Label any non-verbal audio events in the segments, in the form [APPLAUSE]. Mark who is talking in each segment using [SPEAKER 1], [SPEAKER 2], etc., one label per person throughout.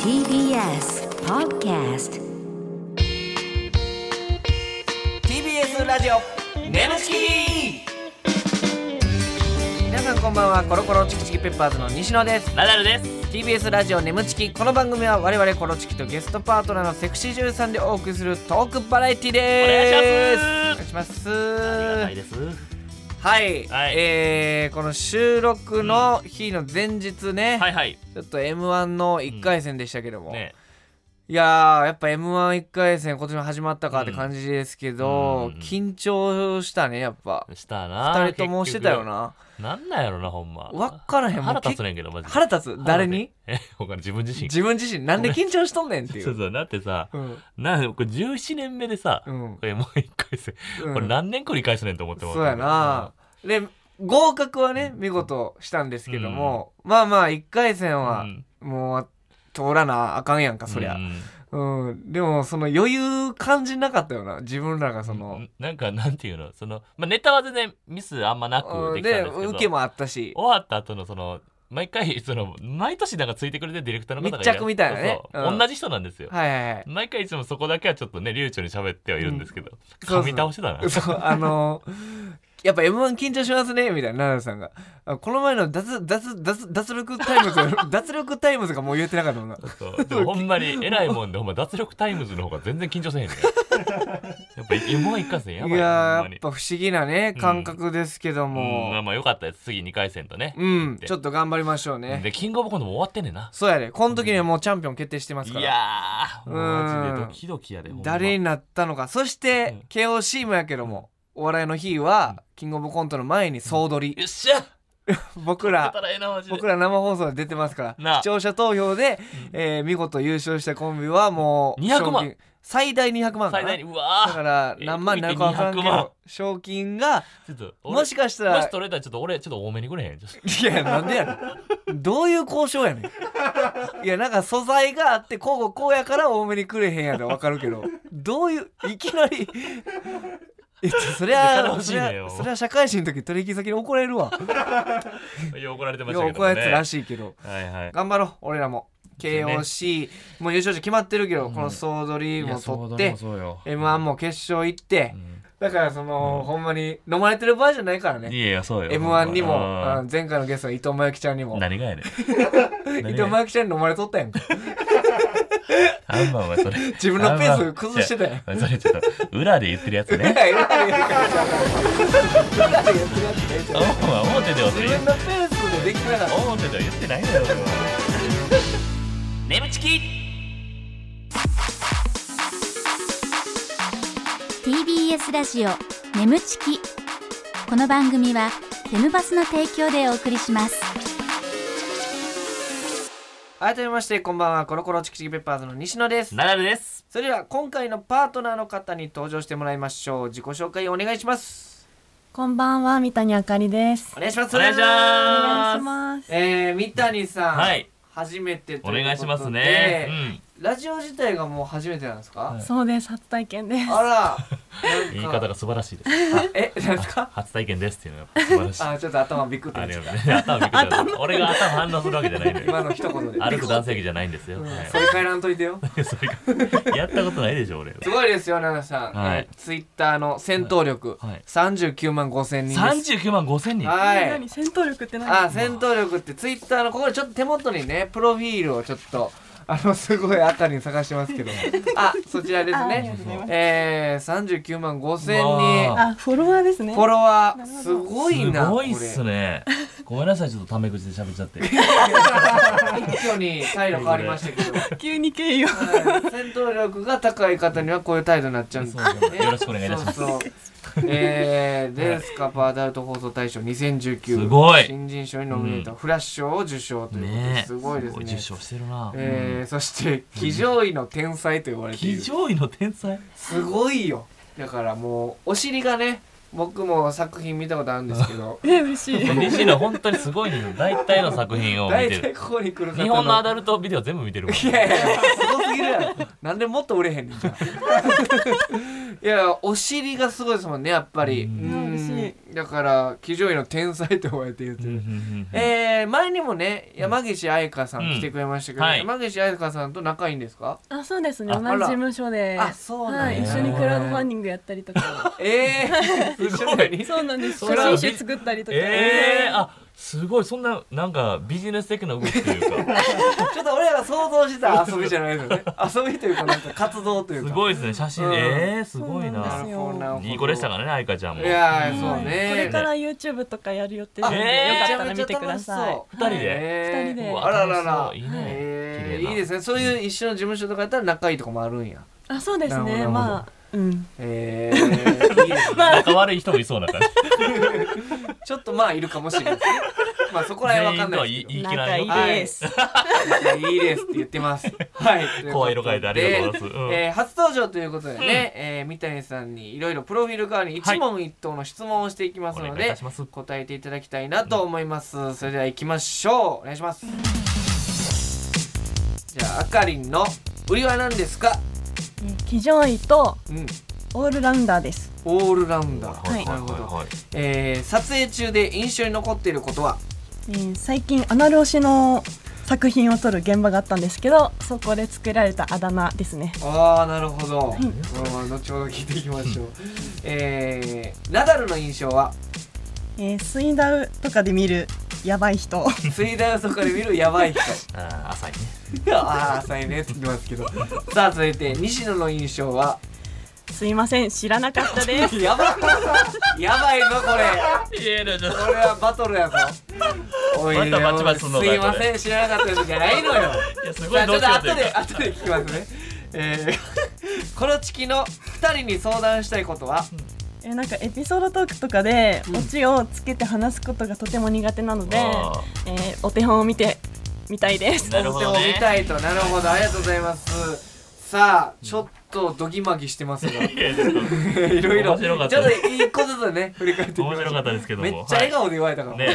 [SPEAKER 1] TBS Podcast
[SPEAKER 2] TBS ラジオ
[SPEAKER 3] 眠ちき
[SPEAKER 2] 皆さんこんばんはコロコロチキチキペッパーズの西野です
[SPEAKER 3] ナダルです
[SPEAKER 2] TBS ラジオ眠チキこの番組は我々コロチキとゲストパートナーのセクシー女優さんでお送りするトークバラエティです
[SPEAKER 3] お願い
[SPEAKER 2] します
[SPEAKER 3] あ
[SPEAKER 2] は
[SPEAKER 3] りがたいです
[SPEAKER 2] い、
[SPEAKER 3] はい
[SPEAKER 2] えーこの収録の日の前日ね、
[SPEAKER 3] はいはい
[SPEAKER 2] ちょっと m 1の1回戦でしたけども、
[SPEAKER 3] ね
[SPEAKER 2] いやーやっぱ m 1 1回戦今年も始まったかって感じですけど、
[SPEAKER 3] うん
[SPEAKER 2] 緊張したねやっぱ
[SPEAKER 3] したな
[SPEAKER 2] 2人ともしてたよな
[SPEAKER 3] 結局なんなんやろなほんま
[SPEAKER 2] わっからへんもん
[SPEAKER 3] 腹立つねんけどマジで
[SPEAKER 2] 腹立つ誰に
[SPEAKER 3] え他の自分自身
[SPEAKER 2] 自分自身なんで緊張しとんねんってい
[SPEAKER 3] そう
[SPEAKER 2] う。
[SPEAKER 3] そうだってさ
[SPEAKER 2] うん
[SPEAKER 3] なんこれ17年目でさ
[SPEAKER 2] うん
[SPEAKER 3] これもう一回戦
[SPEAKER 2] うん
[SPEAKER 3] これ何年繰り返すねんと思っても
[SPEAKER 2] そうやな。で合格はね見事したんですけども、まあまあ1回戦
[SPEAKER 3] うん
[SPEAKER 2] はもう通らなあかんやんかそりゃ
[SPEAKER 3] う、ん
[SPEAKER 2] うんでもその余裕感じなかったよな自分らがその、
[SPEAKER 3] んなんかなんていうのそのまあネタは全然ミスあんまなく
[SPEAKER 2] うん
[SPEAKER 3] できた
[SPEAKER 2] で
[SPEAKER 3] んですけど
[SPEAKER 2] 受けもあったし
[SPEAKER 3] 終わった後のその毎回その毎年なんかついてくれてるディレクターの方が
[SPEAKER 2] 密着みたいなね
[SPEAKER 3] そうそう
[SPEAKER 2] うん
[SPEAKER 3] 同じ人なんですよ、
[SPEAKER 2] はいはいはい
[SPEAKER 3] 毎回いつもそこだけはちょっとね流暢に喋ってはいるんですけど、
[SPEAKER 2] そうそう
[SPEAKER 3] 噛み倒してたな
[SPEAKER 2] [LAUGHS] そうあのやっぱ M1 緊張しますねみたいな奈良さんがあこの前の脱脱脱脱力タイムズ [LAUGHS] 脱力タイムズがもう言えてなかったもんな
[SPEAKER 3] そうでもほんまに偉いもんでほんま脱力タイムズの方が全然緊張せへんねやっぱ m 1一回戦やば
[SPEAKER 2] いやー
[SPEAKER 3] いほんま
[SPEAKER 2] やっ
[SPEAKER 3] に
[SPEAKER 2] ぱ不思議なね
[SPEAKER 3] うん
[SPEAKER 2] 感覚ですけど
[SPEAKER 3] うんまあ
[SPEAKER 2] も
[SPEAKER 3] まあよかったです次2回戦とね、
[SPEAKER 2] うん、
[SPEAKER 3] で
[SPEAKER 2] ちょっと頑張りましょうね
[SPEAKER 3] でキングオブコントも終わってんねんな
[SPEAKER 2] そうやでこの時にはもうチャンピオン決定してます
[SPEAKER 3] い
[SPEAKER 2] から
[SPEAKER 3] やーもうマジでドキドキやで、ほんま
[SPEAKER 2] 誰になったのかそして、
[SPEAKER 3] うん
[SPEAKER 2] KOC もやけどもお笑いの日は、キングオブコントの前に総取り、
[SPEAKER 3] よっしゃ
[SPEAKER 2] 僕
[SPEAKER 3] 勝て
[SPEAKER 2] ら
[SPEAKER 3] たらええなマジで
[SPEAKER 2] 僕ら生放送で出てますか
[SPEAKER 3] な
[SPEAKER 2] ら視
[SPEAKER 3] あ
[SPEAKER 2] 聴者投票で、えー見事優勝したコンビはもう
[SPEAKER 3] 200万
[SPEAKER 2] 賞金最大200万か
[SPEAKER 3] 最
[SPEAKER 2] な
[SPEAKER 3] 大に
[SPEAKER 2] だ
[SPEAKER 3] うわー
[SPEAKER 2] から何万になるか分からんけ
[SPEAKER 3] えー見て200万
[SPEAKER 2] ど賞金が
[SPEAKER 3] ちょっと俺
[SPEAKER 2] もしかした
[SPEAKER 3] も
[SPEAKER 2] ら
[SPEAKER 3] し取れたらちょっと俺ちょっと多めにくれへんちょっと
[SPEAKER 2] いやなんでやねんどういう交渉やねんいやなんか素材があってこうこうこうやから多めにくれへんやでわかるけどどういういきなりえっとそり
[SPEAKER 3] いや
[SPEAKER 2] ゃ
[SPEAKER 3] 楽し
[SPEAKER 2] そ
[SPEAKER 3] い
[SPEAKER 2] り
[SPEAKER 3] ね
[SPEAKER 2] ゃ
[SPEAKER 3] よ
[SPEAKER 2] そりゃ社会人の時取引先に怒られるわ
[SPEAKER 3] いや怒られてま
[SPEAKER 2] よ
[SPEAKER 3] した
[SPEAKER 2] う
[SPEAKER 3] けど、ね、
[SPEAKER 2] 怒られてたらしいけど
[SPEAKER 3] はいはい
[SPEAKER 2] 頑張ろう俺らも
[SPEAKER 3] よね
[SPEAKER 2] KOC もう優勝者決まってるけど
[SPEAKER 3] うん
[SPEAKER 2] この総取りも取っ
[SPEAKER 3] い
[SPEAKER 2] て
[SPEAKER 3] やそうよ
[SPEAKER 2] m 1も決勝行って
[SPEAKER 3] う
[SPEAKER 2] だからその
[SPEAKER 3] うん
[SPEAKER 2] ほんまに飲まれてる場合じゃないから
[SPEAKER 3] ん
[SPEAKER 2] ね
[SPEAKER 3] いやいやそうよ
[SPEAKER 2] m 1にも
[SPEAKER 3] うん
[SPEAKER 2] あの前回のゲストの伊藤真由紀ちゃんにも
[SPEAKER 3] 何がやねん
[SPEAKER 2] 伊
[SPEAKER 3] 何
[SPEAKER 2] 藤
[SPEAKER 3] が
[SPEAKER 2] 真由紀ちゃんに飲まれとったやんか
[SPEAKER 3] あんまお前それ
[SPEAKER 2] [LAUGHS] 自分のペース崩してたやん
[SPEAKER 3] あんまそれちょっと裏で言ってるや
[SPEAKER 2] [LAUGHS]
[SPEAKER 3] つ
[SPEAKER 2] い [LAUGHS]
[SPEAKER 3] ね
[SPEAKER 2] やいやいやいやいやいやい
[SPEAKER 3] あ
[SPEAKER 2] や
[SPEAKER 3] んま表ではそれ
[SPEAKER 2] 自分のペースでできなかった
[SPEAKER 3] 表では言ってないのよ俺は
[SPEAKER 2] 眠ちき
[SPEAKER 1] TBS ラジオ眠ちきこの番組はテムバスの提供でお送りします
[SPEAKER 2] 改めましてこんばんはコロコロチキチキペッパーズの西野です
[SPEAKER 3] ナダルです
[SPEAKER 2] それでは今回のパートナーの方に登場してもらいましょう自己紹介お願いします
[SPEAKER 4] こんばんは、三谷あかりです。
[SPEAKER 2] お願いします
[SPEAKER 3] お願いし
[SPEAKER 4] お
[SPEAKER 3] ま
[SPEAKER 4] 願いします。
[SPEAKER 2] えー、三谷さん、
[SPEAKER 3] はい
[SPEAKER 2] 初めて
[SPEAKER 3] お
[SPEAKER 2] ということで
[SPEAKER 3] 願いしますね、
[SPEAKER 2] ラジオ自体がもう初めてなんですか、
[SPEAKER 3] い
[SPEAKER 4] そうです、初体験です。
[SPEAKER 2] あら
[SPEAKER 3] うん、言い方が素晴らしいです
[SPEAKER 2] えなんですか
[SPEAKER 3] 初体験ですっていうのがやっぱ素晴らしい
[SPEAKER 2] あちょっと頭ビクって
[SPEAKER 3] あ
[SPEAKER 2] なっ
[SPEAKER 3] り
[SPEAKER 2] ちゃ
[SPEAKER 3] が
[SPEAKER 2] っ
[SPEAKER 3] とうね頭びっくりした俺が頭反応するわけじゃないの
[SPEAKER 2] た今
[SPEAKER 3] よ
[SPEAKER 2] の一言で
[SPEAKER 3] 歩く男性器じゃないんですよ、
[SPEAKER 2] うん
[SPEAKER 3] はい
[SPEAKER 2] それ帰らんといてよ
[SPEAKER 3] それがやったことないでし
[SPEAKER 2] [LAUGHS]
[SPEAKER 3] ょ俺
[SPEAKER 2] すごいですよ奈々さん、
[SPEAKER 3] はい
[SPEAKER 2] ツイッターの戦闘力、
[SPEAKER 3] はい
[SPEAKER 2] 39万5千人です
[SPEAKER 3] 39万5千人
[SPEAKER 4] 何
[SPEAKER 2] はい
[SPEAKER 4] 何戦闘力って何
[SPEAKER 2] あ戦闘力ってツイッターのここでちょっと手元にねプロフィールをちょっとあのすごい赤に探してますけど
[SPEAKER 4] [LAUGHS]
[SPEAKER 2] あそちらです
[SPEAKER 4] ああり
[SPEAKER 2] ね
[SPEAKER 4] がとうございます
[SPEAKER 2] えー、39万5千
[SPEAKER 3] うわ
[SPEAKER 2] 人
[SPEAKER 4] あ、フォロワーですね。
[SPEAKER 2] フォロワー
[SPEAKER 4] なるほど
[SPEAKER 2] すごいな
[SPEAKER 3] すごいっす
[SPEAKER 2] こ
[SPEAKER 3] ねごめんなさいちょっとタメ口で喋っ
[SPEAKER 2] [LAUGHS]
[SPEAKER 3] ちゃって
[SPEAKER 2] れ一挙に態度変わりましたけど、
[SPEAKER 4] 急に敬意を。
[SPEAKER 2] はい戦闘力が高い方にはこういう態度になっちゃうんです
[SPEAKER 3] そうそうよろしくお願いいたします
[SPEAKER 2] そうそうえー、デスカパーアダルト放送大賞2019
[SPEAKER 3] すごい
[SPEAKER 2] 新人賞にノミネート、フラッシュを受賞ということで、
[SPEAKER 3] ねえ
[SPEAKER 2] すごいですね
[SPEAKER 3] 受賞してるな
[SPEAKER 2] えーそして「騎乗位の天才」と呼ばれてい
[SPEAKER 3] 非
[SPEAKER 2] る
[SPEAKER 3] 常位の天才
[SPEAKER 2] すごいよだからもうお尻がね僕も作品見たことあるんですけ
[SPEAKER 3] [LAUGHS]
[SPEAKER 2] ど
[SPEAKER 4] え嬉し
[SPEAKER 2] [LAUGHS]
[SPEAKER 4] い。
[SPEAKER 3] 西野本当にすごいんですよ大体の作品を見
[SPEAKER 2] 大
[SPEAKER 3] て
[SPEAKER 2] 体
[SPEAKER 3] る
[SPEAKER 2] ここに来る方
[SPEAKER 3] 日本のアダルトビデオ全部見てるもん
[SPEAKER 2] いやいやいやすごすぎるやろなんでもっと売れへんねん
[SPEAKER 3] [LAUGHS]
[SPEAKER 2] じゃんいやお尻がすごいですもんねやっぱり
[SPEAKER 3] う
[SPEAKER 2] うんん
[SPEAKER 4] 嬉し
[SPEAKER 2] だから騎乗位の天才と呼ばれて言って
[SPEAKER 3] うんうんう
[SPEAKER 2] る
[SPEAKER 3] んうん
[SPEAKER 2] えー、前にもね山岸愛香さん来てくれましたけど、
[SPEAKER 3] うんはい
[SPEAKER 2] 山岸愛香さんと仲いいんですか、
[SPEAKER 4] あそうですね
[SPEAKER 3] あ
[SPEAKER 4] 同じ
[SPEAKER 2] あ
[SPEAKER 4] 事
[SPEAKER 2] ら
[SPEAKER 4] 務所で。
[SPEAKER 2] あそうなん
[SPEAKER 4] は
[SPEAKER 2] や
[SPEAKER 4] い、一緒にクラウドファンディングやったりとか
[SPEAKER 2] え [LAUGHS] ー、
[SPEAKER 3] す
[SPEAKER 2] 一
[SPEAKER 3] ご
[SPEAKER 2] 緒
[SPEAKER 3] い
[SPEAKER 2] に
[SPEAKER 4] そうなんです
[SPEAKER 3] そ
[SPEAKER 4] 写
[SPEAKER 3] れは
[SPEAKER 4] 真集作ったりとか、
[SPEAKER 3] えー、あすごいそんななんかビジネス的な動きという
[SPEAKER 2] [LAUGHS]
[SPEAKER 3] か
[SPEAKER 2] ちょっと俺らが想像してた遊びじゃないですよね遊びというかなんか活動とい
[SPEAKER 3] す
[SPEAKER 2] うか
[SPEAKER 3] ごいですね写真、
[SPEAKER 2] うん
[SPEAKER 3] えー、すごい
[SPEAKER 4] そうな
[SPEAKER 2] なん
[SPEAKER 3] な
[SPEAKER 4] で
[SPEAKER 2] るほどなるほど
[SPEAKER 3] いい子でしたからね愛花ちゃんも
[SPEAKER 2] いやー
[SPEAKER 4] は
[SPEAKER 2] そ
[SPEAKER 4] いうこれ
[SPEAKER 2] ね
[SPEAKER 4] から YouTube とかやる予定な
[SPEAKER 2] あ
[SPEAKER 4] んで、
[SPEAKER 3] えー
[SPEAKER 4] よかったら見てください。
[SPEAKER 2] 二
[SPEAKER 3] 人で
[SPEAKER 4] 二人で
[SPEAKER 3] うわ
[SPEAKER 2] あららら
[SPEAKER 3] 楽しそういいね、
[SPEAKER 2] え
[SPEAKER 3] 綺麗
[SPEAKER 2] ー
[SPEAKER 3] ない
[SPEAKER 2] いですねそういう一緒の事務所とかやったら仲いいとかもあるんや
[SPEAKER 4] あそうです
[SPEAKER 2] なるほどな
[SPEAKER 4] ね
[SPEAKER 2] るほど
[SPEAKER 4] まあうん
[SPEAKER 2] え
[SPEAKER 3] [LAUGHS]
[SPEAKER 2] ー、いいですね
[SPEAKER 3] 仲悪い人もいそうな感じ
[SPEAKER 2] ちょっとまあいるかもしれないですねまあそ [LAUGHS] こら
[SPEAKER 3] 全
[SPEAKER 2] 辺わ
[SPEAKER 3] 員
[SPEAKER 2] かんなですけど
[SPEAKER 3] とはい言い切らないよ
[SPEAKER 2] 仲
[SPEAKER 4] いいです。
[SPEAKER 2] いやいいですって言ってますはいということで
[SPEAKER 3] [LAUGHS] 声色変えてありがとうございますうん
[SPEAKER 2] えー初登場ということでね、えー三谷さんにいろいろプロフィール代わりに一問一答の質問をしていきます
[SPEAKER 3] お
[SPEAKER 2] の
[SPEAKER 3] 願いい
[SPEAKER 2] で、
[SPEAKER 3] たします
[SPEAKER 2] 答えていただきたいなと思います、それでは行きましょうお願いしますじゃああかりんの売りは何ですか
[SPEAKER 4] 騎乗位と
[SPEAKER 2] うん
[SPEAKER 4] オールラウンダーです
[SPEAKER 2] オールラウンダー、
[SPEAKER 4] はい
[SPEAKER 2] なるほど、
[SPEAKER 3] はい
[SPEAKER 2] えー撮影中で印象に残っていることは
[SPEAKER 4] えー最近アナル推しの作品を撮る現場があったんですけどそこで作られたあだ名ですね
[SPEAKER 2] ああなるほど、
[SPEAKER 4] い
[SPEAKER 2] うん後ほど聞いていきま
[SPEAKER 3] [LAUGHS]
[SPEAKER 2] しょう、えーナダルの印象は
[SPEAKER 4] えー、スイダウとかで見るやばい
[SPEAKER 2] [LAUGHS]
[SPEAKER 4] 人
[SPEAKER 2] 水ダウとかで見るやばい人
[SPEAKER 3] あー浅いね
[SPEAKER 2] ああ浅いねって言ってますけどさあ続いて西野の印象は
[SPEAKER 4] すいません知らなかったです
[SPEAKER 2] [LAUGHS] やばいやばいぞこれ
[SPEAKER 3] いやいやちょっと
[SPEAKER 2] これはバトルやぞおい
[SPEAKER 3] またバチバチすんのか
[SPEAKER 2] す
[SPEAKER 3] い
[SPEAKER 2] いません知らなかったですじゃないのよ
[SPEAKER 3] いやす
[SPEAKER 2] じ
[SPEAKER 3] ご
[SPEAKER 2] ゃ
[SPEAKER 3] い
[SPEAKER 2] あち
[SPEAKER 3] ど
[SPEAKER 2] ょっ
[SPEAKER 3] うし
[SPEAKER 2] と後
[SPEAKER 3] ようという
[SPEAKER 2] で
[SPEAKER 3] か
[SPEAKER 2] 後で聞きますねえー [LAUGHS] このチキの2人に相談したいことは
[SPEAKER 4] えーなんかエピソードトークとかで
[SPEAKER 2] うん
[SPEAKER 4] オチをつけて話すことがとても苦手なので、
[SPEAKER 3] あ
[SPEAKER 4] えーお手本を見てみたいです
[SPEAKER 3] なるほどね
[SPEAKER 2] お手を見たいとなるほどありがとうございますさあちょっとどぎまぎしてますが
[SPEAKER 3] ーいやちょっと
[SPEAKER 2] いろいろ
[SPEAKER 3] 面
[SPEAKER 2] ち
[SPEAKER 3] 白
[SPEAKER 2] ょ
[SPEAKER 3] か
[SPEAKER 2] っ
[SPEAKER 3] っ
[SPEAKER 2] と
[SPEAKER 3] たね
[SPEAKER 2] 一個ずつね振り返っていきま
[SPEAKER 3] 面
[SPEAKER 2] しょう
[SPEAKER 3] 白かったですけど
[SPEAKER 2] め
[SPEAKER 3] も
[SPEAKER 2] っちゃ笑顔で言われたから、 [LAUGHS]
[SPEAKER 3] はいね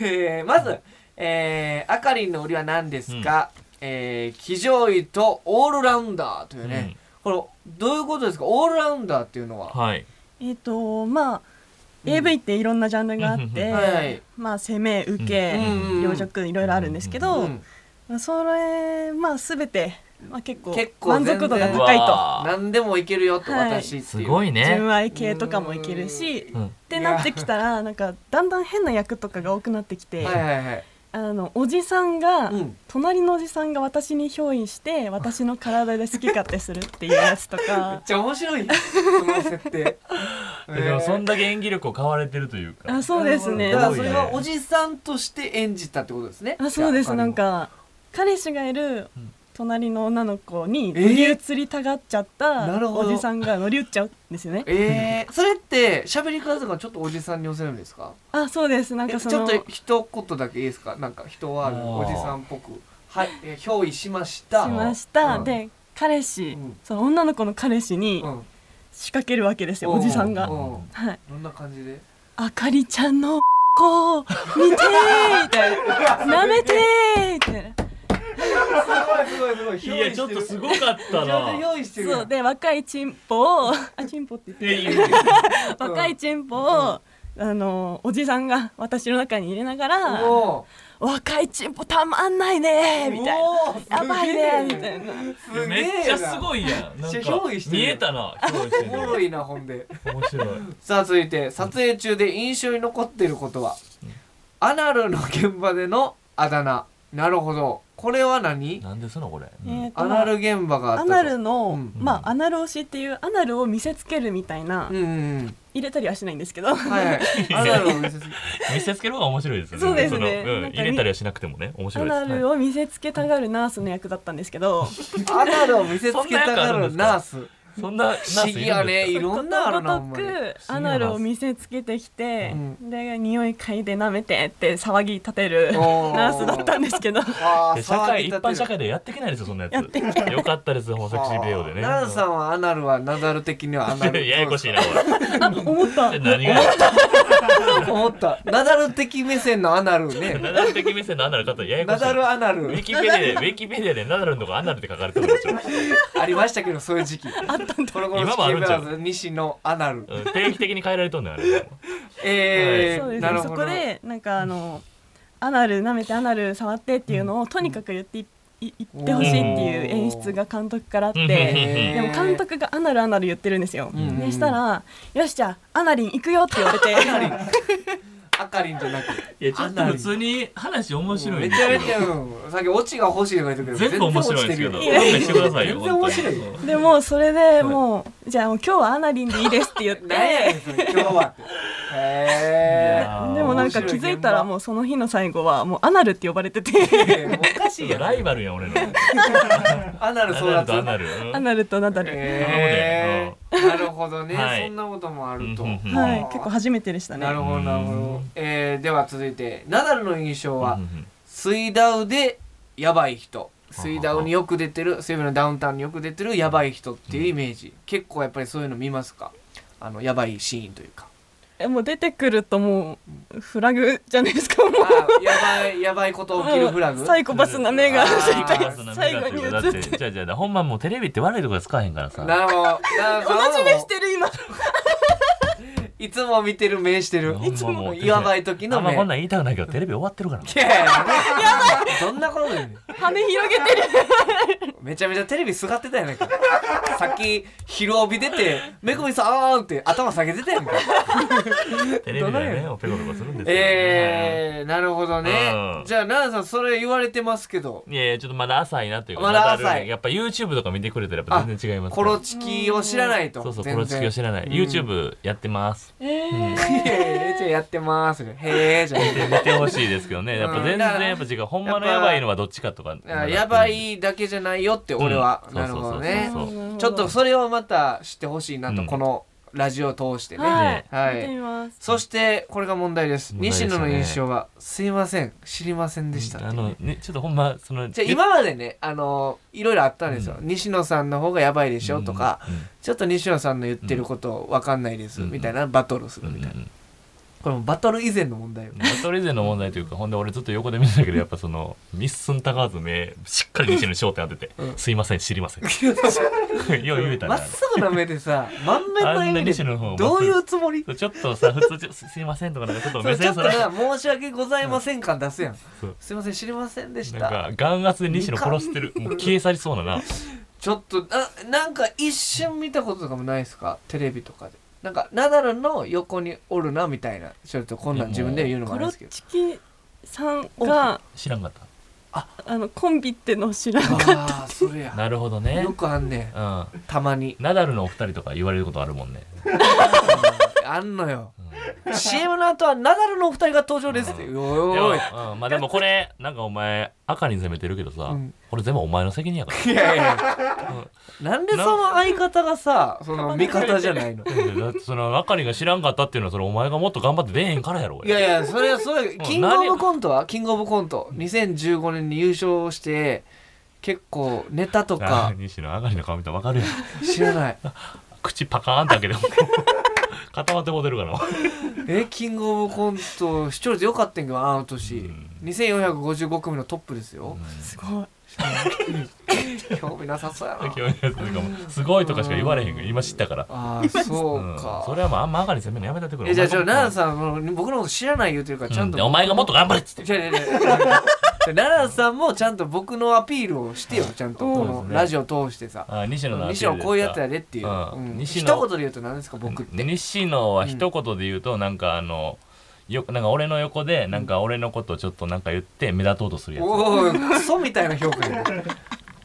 [SPEAKER 2] えーまず、えー、あかりんの売りは何ですか、えー、騎乗位とオールラウンダーというね、これどういうことですかオールラウンダーっていうのは、
[SPEAKER 3] はい
[SPEAKER 4] えっ、とまあ
[SPEAKER 2] うん
[SPEAKER 4] AV っていろんなジャンルがあって、
[SPEAKER 3] うん
[SPEAKER 2] はい
[SPEAKER 4] まあ攻め受け、
[SPEAKER 2] うん
[SPEAKER 4] 養殖いろいろあるんですけど、
[SPEAKER 2] うん
[SPEAKER 4] それまあ全て、まあ、結構
[SPEAKER 2] 結構
[SPEAKER 4] 満足度が
[SPEAKER 2] 全然
[SPEAKER 4] 高いと
[SPEAKER 3] わー
[SPEAKER 2] 何でもいけるよと、
[SPEAKER 4] はい
[SPEAKER 2] 私っていう
[SPEAKER 3] すごいね
[SPEAKER 4] 純愛系とかもいけるし
[SPEAKER 3] うん
[SPEAKER 4] ってなってきたらなんかだんだん変な役とかが多くなってきて、
[SPEAKER 2] はいはいはい
[SPEAKER 4] あのおじさんが、
[SPEAKER 2] うん
[SPEAKER 4] 隣のおじさんが私に憑依して私の体で好き勝手するっていうやつと
[SPEAKER 2] め [LAUGHS] っ
[SPEAKER 4] か
[SPEAKER 2] ちゃ面白い
[SPEAKER 3] [LAUGHS]
[SPEAKER 2] その設定
[SPEAKER 3] でもそん
[SPEAKER 2] な
[SPEAKER 3] だけ演技力を買われてるというか
[SPEAKER 4] あそうですね
[SPEAKER 2] だから
[SPEAKER 3] す
[SPEAKER 2] そ
[SPEAKER 3] ごい
[SPEAKER 2] れ
[SPEAKER 3] ね
[SPEAKER 2] はおじさんとして演じたってことですね
[SPEAKER 4] あそうです
[SPEAKER 2] じゃあ
[SPEAKER 4] なんか彼氏がいる
[SPEAKER 3] うん
[SPEAKER 4] 隣の女の子に
[SPEAKER 2] え
[SPEAKER 4] 乗り移りたがっちゃっ
[SPEAKER 2] な
[SPEAKER 4] た
[SPEAKER 2] るほ
[SPEAKER 4] お
[SPEAKER 2] ど
[SPEAKER 4] じさんが乗り移っちゃうんですよね。
[SPEAKER 2] えー、それって喋り方とかちょっとおじさんに寄せるんですか
[SPEAKER 4] あそうですなん
[SPEAKER 2] え
[SPEAKER 4] か
[SPEAKER 2] ち
[SPEAKER 4] そ
[SPEAKER 2] ょ
[SPEAKER 4] の
[SPEAKER 2] っと一言だけいいですかなんか人はおじさんっぽくはいえー憑依しました
[SPEAKER 4] しまし
[SPEAKER 2] う
[SPEAKER 4] た
[SPEAKER 2] ん
[SPEAKER 4] で彼氏、
[SPEAKER 2] うん
[SPEAKER 4] その女の子の彼氏に
[SPEAKER 2] うん
[SPEAKER 4] 仕掛けるわけですよ、おじさん
[SPEAKER 2] う
[SPEAKER 4] が。
[SPEAKER 2] う
[SPEAKER 4] はい、
[SPEAKER 2] どんな感じで
[SPEAKER 4] あかりちゃんの [LAUGHS] 子を見てーみたいな舐めてーみたいな
[SPEAKER 2] すごいすごいす
[SPEAKER 3] い
[SPEAKER 2] ごい
[SPEAKER 3] やちょっとすごかったな
[SPEAKER 2] 用意してる
[SPEAKER 4] そうで若いチン
[SPEAKER 2] [LAUGHS]
[SPEAKER 4] ポをあチンポって言っ
[SPEAKER 3] い
[SPEAKER 4] て
[SPEAKER 3] やいや
[SPEAKER 4] 若いチンポを、あのおじさんが私の中に入れながら
[SPEAKER 2] お
[SPEAKER 4] 「若いチンポたまんないね」みたいな「やばいね」みたいな
[SPEAKER 2] な
[SPEAKER 3] めっちゃす
[SPEAKER 2] い
[SPEAKER 3] ごいやんなん
[SPEAKER 2] めっち
[SPEAKER 3] か
[SPEAKER 2] ゃ憑依してる
[SPEAKER 3] 見えたな憑依して
[SPEAKER 2] お
[SPEAKER 3] る
[SPEAKER 2] もろいなほんで
[SPEAKER 3] 面白い
[SPEAKER 2] さあ続いて撮影中で印象に残っていることはアナルの現場でのあだ名なるほどこれは何
[SPEAKER 3] なんですのこれ
[SPEAKER 4] えーと
[SPEAKER 2] ア
[SPEAKER 4] ま
[SPEAKER 2] ナ
[SPEAKER 4] あ
[SPEAKER 2] ル現場があった
[SPEAKER 4] ア
[SPEAKER 2] と
[SPEAKER 4] ナルの、
[SPEAKER 2] うん
[SPEAKER 4] まあアナル推しっていうアナルを見せつけるみたいな、
[SPEAKER 2] うんうん
[SPEAKER 4] 入れたりはしないんですけど、
[SPEAKER 2] うんはいはい
[SPEAKER 4] [LAUGHS]
[SPEAKER 2] アナルを見せつけ
[SPEAKER 3] 見せつける方が面白いですよね
[SPEAKER 4] そうですね
[SPEAKER 3] のうん
[SPEAKER 4] なんか
[SPEAKER 3] 入れたりはしなくてもね面
[SPEAKER 4] ア
[SPEAKER 3] 白いです
[SPEAKER 4] ナルを見せつけたがるナースの役だったんですけど、
[SPEAKER 2] アナルを見せつけたがるナース
[SPEAKER 3] そんなナー
[SPEAKER 2] 不
[SPEAKER 3] ス
[SPEAKER 2] 思
[SPEAKER 3] いる
[SPEAKER 2] 議
[SPEAKER 3] ん
[SPEAKER 2] や
[SPEAKER 3] で
[SPEAKER 2] ね [LAUGHS] いろんなあるなほん
[SPEAKER 4] ことごと
[SPEAKER 2] まに
[SPEAKER 4] くアナルを見せつけてきて、で匂い嗅いで舐めてって騒ぎ立てる
[SPEAKER 2] おー
[SPEAKER 4] ナースだったんで
[SPEAKER 2] [LAUGHS]
[SPEAKER 4] すけど
[SPEAKER 2] あー
[SPEAKER 3] すか社会
[SPEAKER 2] 騒ぎ
[SPEAKER 3] 一
[SPEAKER 2] 立てる
[SPEAKER 3] 般社会でやってけないですよそんなやつ
[SPEAKER 4] やって
[SPEAKER 3] よかったですホモセクシービデオでね
[SPEAKER 2] ナルさんはアナルはナダル的にはアナル
[SPEAKER 3] [LAUGHS] ややこしいなこ
[SPEAKER 4] あ思った
[SPEAKER 3] れ何がや
[SPEAKER 2] 思ったナダル的目線のアナルね
[SPEAKER 3] ナダル的目線のアナル方ややこし
[SPEAKER 2] ナ
[SPEAKER 3] い
[SPEAKER 2] ダルアナ
[SPEAKER 3] ウィ
[SPEAKER 2] ル
[SPEAKER 3] キペディアでウィキペディアでナダルのとこアナルって書かれてるんですよ
[SPEAKER 2] ありましたけどそういう時期あったんだこの頃
[SPEAKER 3] 今もあるんちゃう
[SPEAKER 2] 西のアナル
[SPEAKER 3] うん定期的に変えられとんねんあれ
[SPEAKER 2] え
[SPEAKER 4] そうで
[SPEAKER 2] ー
[SPEAKER 4] す
[SPEAKER 2] な
[SPEAKER 4] ね
[SPEAKER 2] る
[SPEAKER 4] そ
[SPEAKER 2] ほ
[SPEAKER 4] こ
[SPEAKER 2] ど
[SPEAKER 4] でなんかあのアナル舐めてアナル触ってっていうのをとにかく言っていい言ってほしいっていう演出が監督からあって
[SPEAKER 2] えー
[SPEAKER 4] でも監督がアナルアナル言ってるんですよ
[SPEAKER 2] ん
[SPEAKER 4] でしたら「よしじゃあアナリン行くよ」って言われて
[SPEAKER 2] あかりんじゃなくて
[SPEAKER 3] いやちょっと
[SPEAKER 2] アナ
[SPEAKER 3] 普
[SPEAKER 2] ル
[SPEAKER 3] 通に話面白い
[SPEAKER 2] め
[SPEAKER 3] ん
[SPEAKER 2] ち
[SPEAKER 3] です
[SPEAKER 2] ゃ
[SPEAKER 3] け
[SPEAKER 2] め
[SPEAKER 3] ど
[SPEAKER 2] ちゃうんさっきオチが欲しいとか言ってたけど
[SPEAKER 3] 全部面白いんですけど
[SPEAKER 2] 全
[SPEAKER 3] 勘
[SPEAKER 2] 然落
[SPEAKER 3] 弁
[SPEAKER 2] ち
[SPEAKER 3] してて
[SPEAKER 2] る
[SPEAKER 3] く
[SPEAKER 2] よ
[SPEAKER 3] ださいよ
[SPEAKER 2] 全然面白いよ
[SPEAKER 4] でもそれでもう「じゃあもう今日はアナリンでいいです」って言っ
[SPEAKER 2] 何 [LAUGHS] やねん
[SPEAKER 4] て
[SPEAKER 2] それ今日はへえ
[SPEAKER 3] いや
[SPEAKER 4] でもなんか気づいたらもうその日の最後はもうアナルって呼ばれ
[SPEAKER 2] [LAUGHS]
[SPEAKER 4] てて
[SPEAKER 2] おかしいやん
[SPEAKER 3] ライバルや
[SPEAKER 2] [LAUGHS]
[SPEAKER 3] ん俺の
[SPEAKER 2] アナル争
[SPEAKER 3] ナ
[SPEAKER 2] 奪
[SPEAKER 3] ダルとアナル
[SPEAKER 4] アナルとナダル
[SPEAKER 2] えーなるほどね、
[SPEAKER 3] はい
[SPEAKER 2] そんなこともあ
[SPEAKER 3] う
[SPEAKER 2] ると、
[SPEAKER 3] ん
[SPEAKER 4] はい結構初めてでしたね
[SPEAKER 2] なるほどなるほ
[SPEAKER 3] う
[SPEAKER 2] ど
[SPEAKER 3] ん、
[SPEAKER 2] えー、では続いてナダルの印象は、
[SPEAKER 3] うんうん
[SPEAKER 2] 水ダウでやばい人水ダウによく出てる水曜日のダウンタウンによく出てるやばい人っていうイメージ、結構やっぱりそういうの見ますかあのやばいシーンというか
[SPEAKER 4] えもう出てくるともうフラグじゃないですかもう
[SPEAKER 2] あーやばいやばいこと起きるフラグ
[SPEAKER 4] サイコパスな目が
[SPEAKER 2] あー
[SPEAKER 4] 絶対
[SPEAKER 2] サイコ
[SPEAKER 4] 最後に映
[SPEAKER 3] だ
[SPEAKER 4] っ
[SPEAKER 3] っててじゃあじゃあほんまもうテレビって悪いとこで使わへんからさ
[SPEAKER 2] なるほどなるほ
[SPEAKER 4] 同
[SPEAKER 2] ど
[SPEAKER 4] じ目してる今
[SPEAKER 2] いつも見てる目してる
[SPEAKER 3] ほんまもう
[SPEAKER 2] やばい時
[SPEAKER 3] あ
[SPEAKER 2] の
[SPEAKER 3] んま
[SPEAKER 2] 目
[SPEAKER 3] こんなん言いたくないけどテレビ終わってるから
[SPEAKER 2] いやいやどんなことだよね
[SPEAKER 4] 羽広げて
[SPEAKER 2] [LAUGHS]
[SPEAKER 4] る
[SPEAKER 2] めちゃめちゃテレビすがってたやないかさっき疲労び出てめぐみさんあーんって頭下げてた
[SPEAKER 3] [LAUGHS]
[SPEAKER 2] やんか
[SPEAKER 3] テレビでねペコペコするんですよ
[SPEAKER 2] えー、なるほどね
[SPEAKER 3] うん
[SPEAKER 2] じゃあ奈々さんそれ言われてますけど
[SPEAKER 3] いやいやちょっとまだ浅いなというか
[SPEAKER 2] まだ浅い
[SPEAKER 3] ナダルやっぱ YouTube とか見てくれたらやっぱ全然違います
[SPEAKER 2] コロチキを知らないと
[SPEAKER 3] そうそうコ
[SPEAKER 2] 全然
[SPEAKER 3] ロチキを知らない YouTube やってます
[SPEAKER 4] え
[SPEAKER 2] いやいやじゃあやってますねへえじゃ
[SPEAKER 3] で見てほしいですけどねやっぱ全
[SPEAKER 2] うん
[SPEAKER 3] 然やっぱ違うほんまのやばいのはどっちかとか
[SPEAKER 2] あやばいだけじゃないよって俺は、
[SPEAKER 3] うん
[SPEAKER 2] なるほどね
[SPEAKER 3] そう
[SPEAKER 2] ちょっとそれをまた知ってほしいなと、
[SPEAKER 3] うん
[SPEAKER 2] このラジオを通してね、
[SPEAKER 4] はい
[SPEAKER 2] はい
[SPEAKER 4] 見てみます
[SPEAKER 2] そしてこれが問題です
[SPEAKER 3] 問題でし
[SPEAKER 2] 西
[SPEAKER 3] たね
[SPEAKER 2] 野の印象は「すいません知りませんでした」
[SPEAKER 3] あのねちょっとほんまその
[SPEAKER 2] じゃあ今までねあのいろいろあったんですよ、
[SPEAKER 3] う
[SPEAKER 2] 西野さんの方がやばいで
[SPEAKER 3] で
[SPEAKER 2] しょとか、ちょっと西野さんの言ってることわかんないです、
[SPEAKER 3] うん
[SPEAKER 2] みたいなバトルするみたいな、これもバトル以前の問題よ
[SPEAKER 3] バトル以前の問題というかほんで俺ずっと横で見てたけどやっぱそのミッスン高ず目しっかり西野に焦点当てて「
[SPEAKER 2] うん
[SPEAKER 3] すいません知りません」 [LAUGHS] よう言えた
[SPEAKER 2] ま
[SPEAKER 3] な
[SPEAKER 2] っすぐな目でさ満面の
[SPEAKER 3] あんな
[SPEAKER 2] 笑み
[SPEAKER 3] 西野の
[SPEAKER 2] で
[SPEAKER 3] 方
[SPEAKER 2] どういうつもり
[SPEAKER 3] ちょっとさ普通ちょ「すいません」とかなんかちょっと
[SPEAKER 2] そ
[SPEAKER 3] 目
[SPEAKER 2] れちょ
[SPEAKER 3] 線
[SPEAKER 2] っと
[SPEAKER 3] そ
[SPEAKER 2] な
[SPEAKER 3] ら
[SPEAKER 2] 申し訳ございません感出すやん、
[SPEAKER 3] そう
[SPEAKER 2] すいません知りませんでし
[SPEAKER 3] なん
[SPEAKER 2] た
[SPEAKER 3] か眼圧で西野殺してるもう消え去りそうなな
[SPEAKER 2] ちょっとななんか一瞬見たこととかもないですかテレビとかでなんかナダルの横におるなみたいなちょっとこんなん自分で言うのもあ
[SPEAKER 4] コ
[SPEAKER 2] れで
[SPEAKER 4] ロ
[SPEAKER 2] すけど
[SPEAKER 4] チキさんが
[SPEAKER 3] 知らんかった
[SPEAKER 4] あのコンビってのを知らんかっ
[SPEAKER 2] ああーそれや
[SPEAKER 3] なるほどね
[SPEAKER 2] よくあんねん
[SPEAKER 3] うん
[SPEAKER 2] たまに
[SPEAKER 3] ナダルのお二人とか言われることあるもんね、
[SPEAKER 2] [LAUGHS] あんのよ
[SPEAKER 3] うん
[SPEAKER 2] CM の後はナダルのお二人が登場ですっておいおい
[SPEAKER 3] でもうんまあでもこれなんかお前赤に責めてるけどさ、
[SPEAKER 2] うん
[SPEAKER 3] これ全部お前の責任やか
[SPEAKER 2] おいいやい [LAUGHS] やなんでその相方がさその味方じゃないの
[SPEAKER 3] らいやだってその赤にが知らんかったっていうのはそれお前がもっと頑張って出えへんからやろ
[SPEAKER 2] いやいやそれはそれ
[SPEAKER 3] ん
[SPEAKER 2] キングオブコントはキングオブコント2015年に優勝して結構ネタと
[SPEAKER 3] あ
[SPEAKER 2] か
[SPEAKER 3] 西野赤にの顔見たら分かるやん
[SPEAKER 2] 知らない
[SPEAKER 3] 口パカーンって開けても固まってもうてるから
[SPEAKER 2] えキングオブコント視聴率良かったんけどあの年、
[SPEAKER 3] うん
[SPEAKER 2] 2455組のトップですよ、
[SPEAKER 4] たすごい
[SPEAKER 2] [LAUGHS] 興味なさそうやな
[SPEAKER 3] [LAUGHS] 興味ないというかもうすごいとかしか言われへんけど今知ったから
[SPEAKER 2] ああそうか、
[SPEAKER 3] それはもうあんま赤に責めるのやめたってくれ
[SPEAKER 2] えじゃあじゃあ奈
[SPEAKER 3] う
[SPEAKER 2] 良さんその僕のこと知らない言うてるから
[SPEAKER 3] ん
[SPEAKER 2] ちゃんと、
[SPEAKER 3] でお前がもっと頑張れっつって
[SPEAKER 2] じゃじゃ奈良さんもちゃんと僕のアピールをしてよちゃんとこ
[SPEAKER 3] そうです
[SPEAKER 2] の
[SPEAKER 3] ね
[SPEAKER 2] ラジオ通してさ
[SPEAKER 3] あ西野のアピールです
[SPEAKER 2] 西
[SPEAKER 3] か
[SPEAKER 2] 野こういうやつやでっていう、
[SPEAKER 3] うん
[SPEAKER 2] うん
[SPEAKER 3] 西
[SPEAKER 2] 一
[SPEAKER 3] 野
[SPEAKER 2] 言で言うと何ですか僕って、
[SPEAKER 3] 西野は一言で言うと、なんかあのよなんか俺の横でなんか俺のことちょっとなんか言って目立とうとするやつ
[SPEAKER 2] おおクソみたいな評価や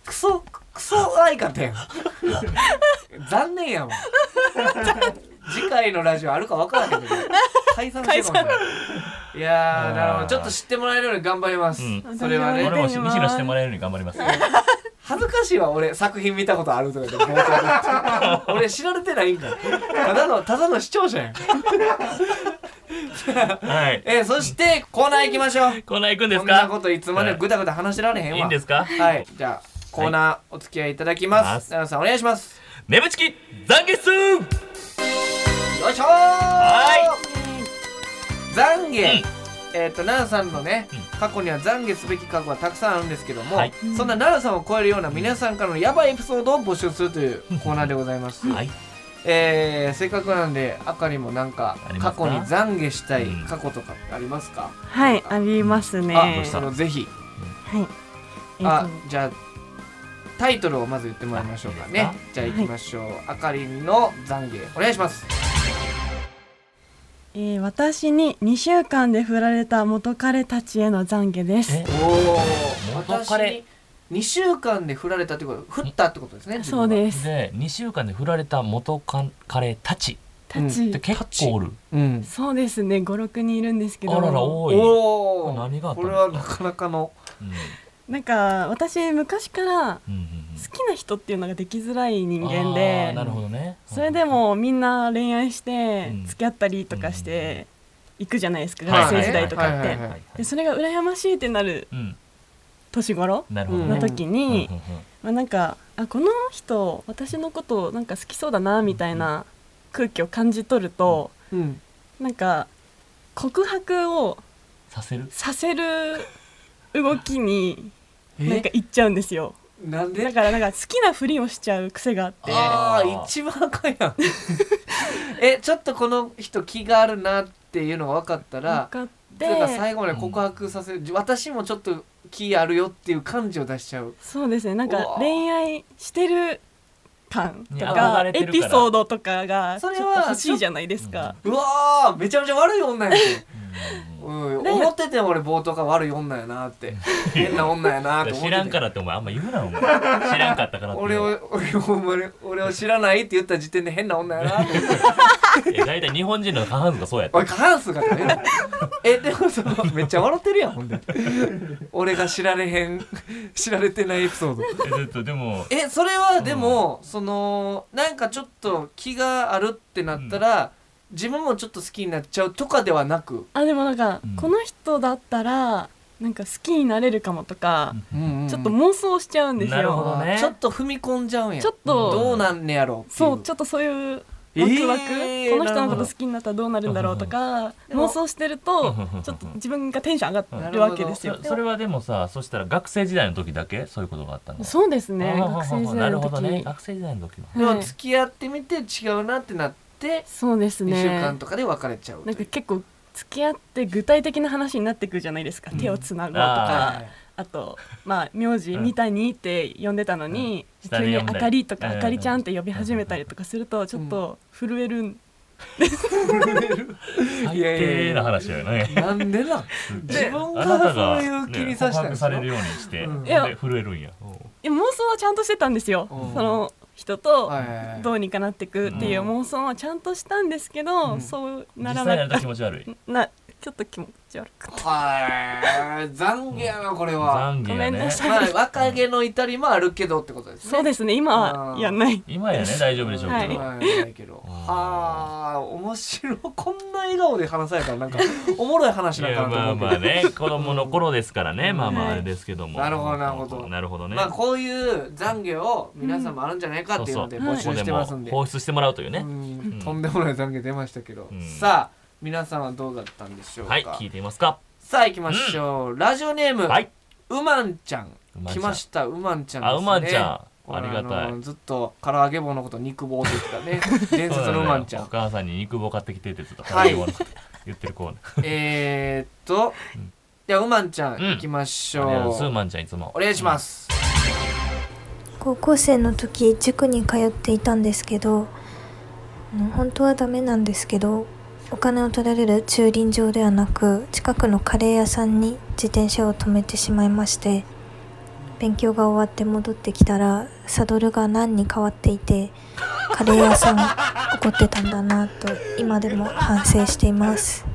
[SPEAKER 2] クソクソ相方やん残念やもん次回のラジオあるか分からへんけど解散しようかないやーなるほどちょっと知ってもらえるように頑張ります、
[SPEAKER 3] う
[SPEAKER 2] それはね
[SPEAKER 3] 俺
[SPEAKER 4] 頑張
[SPEAKER 3] も
[SPEAKER 4] ってみま
[SPEAKER 2] [LAUGHS]
[SPEAKER 4] す
[SPEAKER 3] 西野してもらえるように頑張ります
[SPEAKER 2] 恥ずかしいわ俺作品見たことあるとかで冒頭で俺知られてないんだただのただの視聴者やん
[SPEAKER 3] はい。
[SPEAKER 2] えーそしてコーナー行きましょう
[SPEAKER 3] コーナー行くんです
[SPEAKER 2] こんなこ
[SPEAKER 3] か
[SPEAKER 2] といつまでもぐだぐだ話してられへんわ
[SPEAKER 3] いいんですか
[SPEAKER 2] はいじゃあコーナーお付き合いいただき
[SPEAKER 3] は
[SPEAKER 2] ま
[SPEAKER 3] い
[SPEAKER 2] す、奈良さんお願いします
[SPEAKER 3] 眠ちき懺悔数
[SPEAKER 2] よいしょー
[SPEAKER 3] は
[SPEAKER 2] 懺
[SPEAKER 3] う
[SPEAKER 2] 悔、
[SPEAKER 3] ん
[SPEAKER 2] えっ、と奈良さんのね、
[SPEAKER 3] う
[SPEAKER 2] 過去には懺悔すべき過去はたくさんあるんですけども、
[SPEAKER 3] はい
[SPEAKER 2] そんな奈良さんを超えるような皆さんからのヤバいエピソードを募集するというコーナーでございます、
[SPEAKER 3] はい。
[SPEAKER 2] えー、せっかくなんであかりもなんか
[SPEAKER 3] あり
[SPEAKER 2] 過
[SPEAKER 3] ますか
[SPEAKER 2] 去に懺悔したい
[SPEAKER 3] うん
[SPEAKER 2] 過去とかってありますか、
[SPEAKER 4] はいありますね
[SPEAKER 2] あ
[SPEAKER 3] どう
[SPEAKER 4] は
[SPEAKER 3] し
[SPEAKER 2] そ
[SPEAKER 3] た
[SPEAKER 2] のぜひ
[SPEAKER 4] いえ
[SPEAKER 2] あ
[SPEAKER 4] っと
[SPEAKER 2] じゃあタイトルをまず言ってもらいましょうかね
[SPEAKER 3] あいい
[SPEAKER 2] じゃあ行きましょう、あかりんの懺悔お願いします
[SPEAKER 4] えー私に2週間で振られた元彼たちへの懺悔です
[SPEAKER 3] え
[SPEAKER 2] おお
[SPEAKER 3] 元彼
[SPEAKER 2] 私2週間で振られたってこと振ったってことですね
[SPEAKER 4] そう
[SPEAKER 2] す、
[SPEAKER 4] です
[SPEAKER 3] で、2週間で振られた元カ彼たち
[SPEAKER 4] た
[SPEAKER 2] う
[SPEAKER 4] ち
[SPEAKER 3] って結構おる。
[SPEAKER 2] うん、
[SPEAKER 4] そうですね56人いるんですけど
[SPEAKER 3] あらら、
[SPEAKER 2] お
[SPEAKER 3] 多い。
[SPEAKER 2] おー
[SPEAKER 3] これ何があった
[SPEAKER 2] こ
[SPEAKER 3] ん
[SPEAKER 2] れ
[SPEAKER 3] で
[SPEAKER 2] はな
[SPEAKER 3] すか
[SPEAKER 2] かなかの
[SPEAKER 3] うん
[SPEAKER 4] なんか私昔から
[SPEAKER 3] うんうんうん
[SPEAKER 4] 好きな人っていうのができづらい人間で
[SPEAKER 3] あーなるほどね
[SPEAKER 4] それでもうみんな恋愛して
[SPEAKER 3] うん
[SPEAKER 4] 付き合ったりとかして行くじゃないですか
[SPEAKER 3] はい
[SPEAKER 4] 学生時代とかっ
[SPEAKER 2] はいはいはい
[SPEAKER 4] て
[SPEAKER 2] はい
[SPEAKER 4] でそれが羨ましいってなる
[SPEAKER 3] うん
[SPEAKER 4] 年頃
[SPEAKER 3] なるほど
[SPEAKER 4] の
[SPEAKER 3] ね
[SPEAKER 4] 時に、まあ、なんかあこの人私のことなんか好きそうだなみたいな空気を感じ取ると
[SPEAKER 2] うん
[SPEAKER 4] なんか告白を
[SPEAKER 3] させる
[SPEAKER 4] させる動きに
[SPEAKER 2] [LAUGHS] え
[SPEAKER 4] なんか行っちゃうんですよ
[SPEAKER 2] なんで
[SPEAKER 4] だからなんか好きなふりをしちゃう癖があって
[SPEAKER 2] あ
[SPEAKER 3] あ
[SPEAKER 2] あ
[SPEAKER 3] ー
[SPEAKER 2] 一番あかんやん [LAUGHS] えちょっとこの人気があるなっていうのが分かったら
[SPEAKER 4] 分かっ
[SPEAKER 2] だから
[SPEAKER 4] て
[SPEAKER 2] 最後まで告白させる、私もちょっと気あるよっていう感じを出しちゃう
[SPEAKER 4] そうですねなん
[SPEAKER 2] う
[SPEAKER 4] か
[SPEAKER 2] わ
[SPEAKER 4] 恋愛してる感と
[SPEAKER 3] ね憧
[SPEAKER 4] か
[SPEAKER 3] れてる
[SPEAKER 4] エ
[SPEAKER 3] から
[SPEAKER 4] ピソードとかがちょ
[SPEAKER 2] そ
[SPEAKER 4] っ
[SPEAKER 2] れ
[SPEAKER 4] と
[SPEAKER 2] は
[SPEAKER 4] 欲しいじゃないですか。
[SPEAKER 2] うわーめちゃめちゃ悪い女やんけ
[SPEAKER 3] うん
[SPEAKER 2] うん、
[SPEAKER 4] ね
[SPEAKER 2] 思ってても俺冒頭が悪い女やなって [LAUGHS] 変な女やなって思って
[SPEAKER 3] 知らんからってお前あんま言うなお前知らんかったからって
[SPEAKER 2] 俺を俺を俺を俺を知らないって言った時点で変な女やなって
[SPEAKER 3] いや大体日本人の過半数がそうやった
[SPEAKER 2] 俺過半数がだよえでもそのめっちゃ笑ってるやんほんで俺が知られへん知られてないエピソード
[SPEAKER 3] えちょっとでも
[SPEAKER 2] えそれはでも、そのなんかちょっと気があるってなったら、自分もちょっと好きになっちゃうとかではなく、
[SPEAKER 4] あでもなんか、
[SPEAKER 3] うん
[SPEAKER 4] この人だったらなんか好きになれるかもとか、ちょっと
[SPEAKER 2] も
[SPEAKER 4] 妄想しちゃうんです
[SPEAKER 3] なるほ
[SPEAKER 4] よ。
[SPEAKER 3] どね
[SPEAKER 2] ちょっと踏み込んじゃうんや
[SPEAKER 4] ちょっと
[SPEAKER 2] どうなんねやろってい
[SPEAKER 4] そうちょっとそういうワクワク、
[SPEAKER 2] えー
[SPEAKER 4] この人のこと好きになったらどうなるんだろうとか
[SPEAKER 2] でも
[SPEAKER 4] 妄想してると
[SPEAKER 3] うん
[SPEAKER 4] ちょっと自分がテンション上が
[SPEAKER 2] な
[SPEAKER 4] る
[SPEAKER 2] るほど
[SPEAKER 4] わけですよ
[SPEAKER 3] そ。それはでもさそしたら学生時代の時だけそういうことがあったの
[SPEAKER 4] そうですね
[SPEAKER 3] あー
[SPEAKER 4] 学生時
[SPEAKER 3] な
[SPEAKER 4] 代
[SPEAKER 3] る
[SPEAKER 4] の
[SPEAKER 3] ほど
[SPEAKER 4] 時、
[SPEAKER 3] ね学生時代の時は
[SPEAKER 2] で
[SPEAKER 4] は
[SPEAKER 2] も
[SPEAKER 4] い
[SPEAKER 2] 付き合ってみて違うなってなって、
[SPEAKER 4] そうです
[SPEAKER 2] 二
[SPEAKER 4] ね
[SPEAKER 2] 2週間とかで別れちゃうと
[SPEAKER 4] ない
[SPEAKER 2] うん
[SPEAKER 4] か結構付き合って具体的な話になってくるじゃないですか、
[SPEAKER 3] うん
[SPEAKER 4] 手をつなごうと
[SPEAKER 3] あ
[SPEAKER 4] か
[SPEAKER 2] は
[SPEAKER 4] あ
[SPEAKER 2] い
[SPEAKER 4] とまあ名字
[SPEAKER 3] うん
[SPEAKER 4] 三谷って呼んでたのに、
[SPEAKER 3] うん
[SPEAKER 4] 急に「あかり」とか
[SPEAKER 3] う
[SPEAKER 4] 「
[SPEAKER 3] ん
[SPEAKER 4] あかりちゃん」って呼び始めたりとかするとちょっと震える、
[SPEAKER 3] 最
[SPEAKER 2] いやいやいや
[SPEAKER 3] 低な話だよね
[SPEAKER 2] なんでなん自分がそういう気にさせたん
[SPEAKER 3] ね告白
[SPEAKER 2] です
[SPEAKER 3] され
[SPEAKER 2] よ、
[SPEAKER 3] るようにして
[SPEAKER 2] うん
[SPEAKER 3] ほんで震えるんやおう
[SPEAKER 4] いや妄想はちゃんとしてたんですよ、
[SPEAKER 2] うん
[SPEAKER 4] その人と
[SPEAKER 2] はいはいはい
[SPEAKER 4] どうにかなってくっていう妄想はちゃんとしたんですけど、
[SPEAKER 2] うん
[SPEAKER 4] そうな
[SPEAKER 3] 実
[SPEAKER 4] ら
[SPEAKER 3] 際にやる
[SPEAKER 4] なか
[SPEAKER 3] と
[SPEAKER 4] っ
[SPEAKER 3] 気持ち悪
[SPEAKER 4] [LAUGHS]
[SPEAKER 3] い
[SPEAKER 4] たなちょっと気持ち悪くて
[SPEAKER 2] はい懺悔やなこれは、
[SPEAKER 3] 懺悔
[SPEAKER 4] ごめ
[SPEAKER 3] や
[SPEAKER 4] んな
[SPEAKER 3] ね
[SPEAKER 4] さい、
[SPEAKER 2] まあ若気の至りもあるけどってことですね
[SPEAKER 4] そうですね今はやんない
[SPEAKER 3] 今やね大丈夫でしょうけど、
[SPEAKER 2] はいないけどあー面白いこんな笑顔で話されたらなんかおもろい話
[SPEAKER 3] い
[SPEAKER 2] なんか
[SPEAKER 3] や
[SPEAKER 2] なと
[SPEAKER 3] ま
[SPEAKER 2] 思
[SPEAKER 3] あ
[SPEAKER 2] うけど
[SPEAKER 3] まあ
[SPEAKER 4] [LAUGHS]
[SPEAKER 3] ね子供の頃ですからね、まあまああれですけども
[SPEAKER 2] なるほどなるほど
[SPEAKER 3] なるほどね、
[SPEAKER 2] まあこういう懺悔を皆さんもあるんじゃないかっていうので
[SPEAKER 4] そうそう
[SPEAKER 2] 募集してますんで
[SPEAKER 3] ここも放出してもらうというね、
[SPEAKER 2] うんとんでもない懺悔出ましたけど、
[SPEAKER 3] うん
[SPEAKER 2] さあ皆さんはどうだったんでしょうか、
[SPEAKER 3] はい聞いていますか
[SPEAKER 2] さあ行きましょう、ラジオネーム、
[SPEAKER 3] はい、
[SPEAKER 2] うまんちゃん
[SPEAKER 3] うまんちゃん
[SPEAKER 2] 来ましたうまんちゃんです、ね、
[SPEAKER 3] あうまんちゃん
[SPEAKER 2] これ
[SPEAKER 3] ありがたい
[SPEAKER 2] のずっと唐揚げ棒のこと肉棒って言
[SPEAKER 3] [LAUGHS]
[SPEAKER 2] ってたね伝説のうまんちゃ
[SPEAKER 3] お
[SPEAKER 2] ん
[SPEAKER 3] 母さんに肉棒買ってきてってずっと
[SPEAKER 2] はい
[SPEAKER 3] 言ってる子ね
[SPEAKER 2] えーっと、
[SPEAKER 3] ん
[SPEAKER 2] じゃあうまんちゃん
[SPEAKER 3] うん
[SPEAKER 2] 行きまし
[SPEAKER 3] ス
[SPEAKER 2] ょう、
[SPEAKER 3] ーマンちゃんいつも
[SPEAKER 2] お願いします、
[SPEAKER 5] 高校生の時塾に通っていたんですけどあの本当はダメなんですけどお金を取られる駐輪場ではなく近くのカレー屋さんに自転車を止めてしまいまして勉強が終わって戻ってきたらサドルが何に変わっていてカレー屋さん怒ってたんだなと今でも反省しています。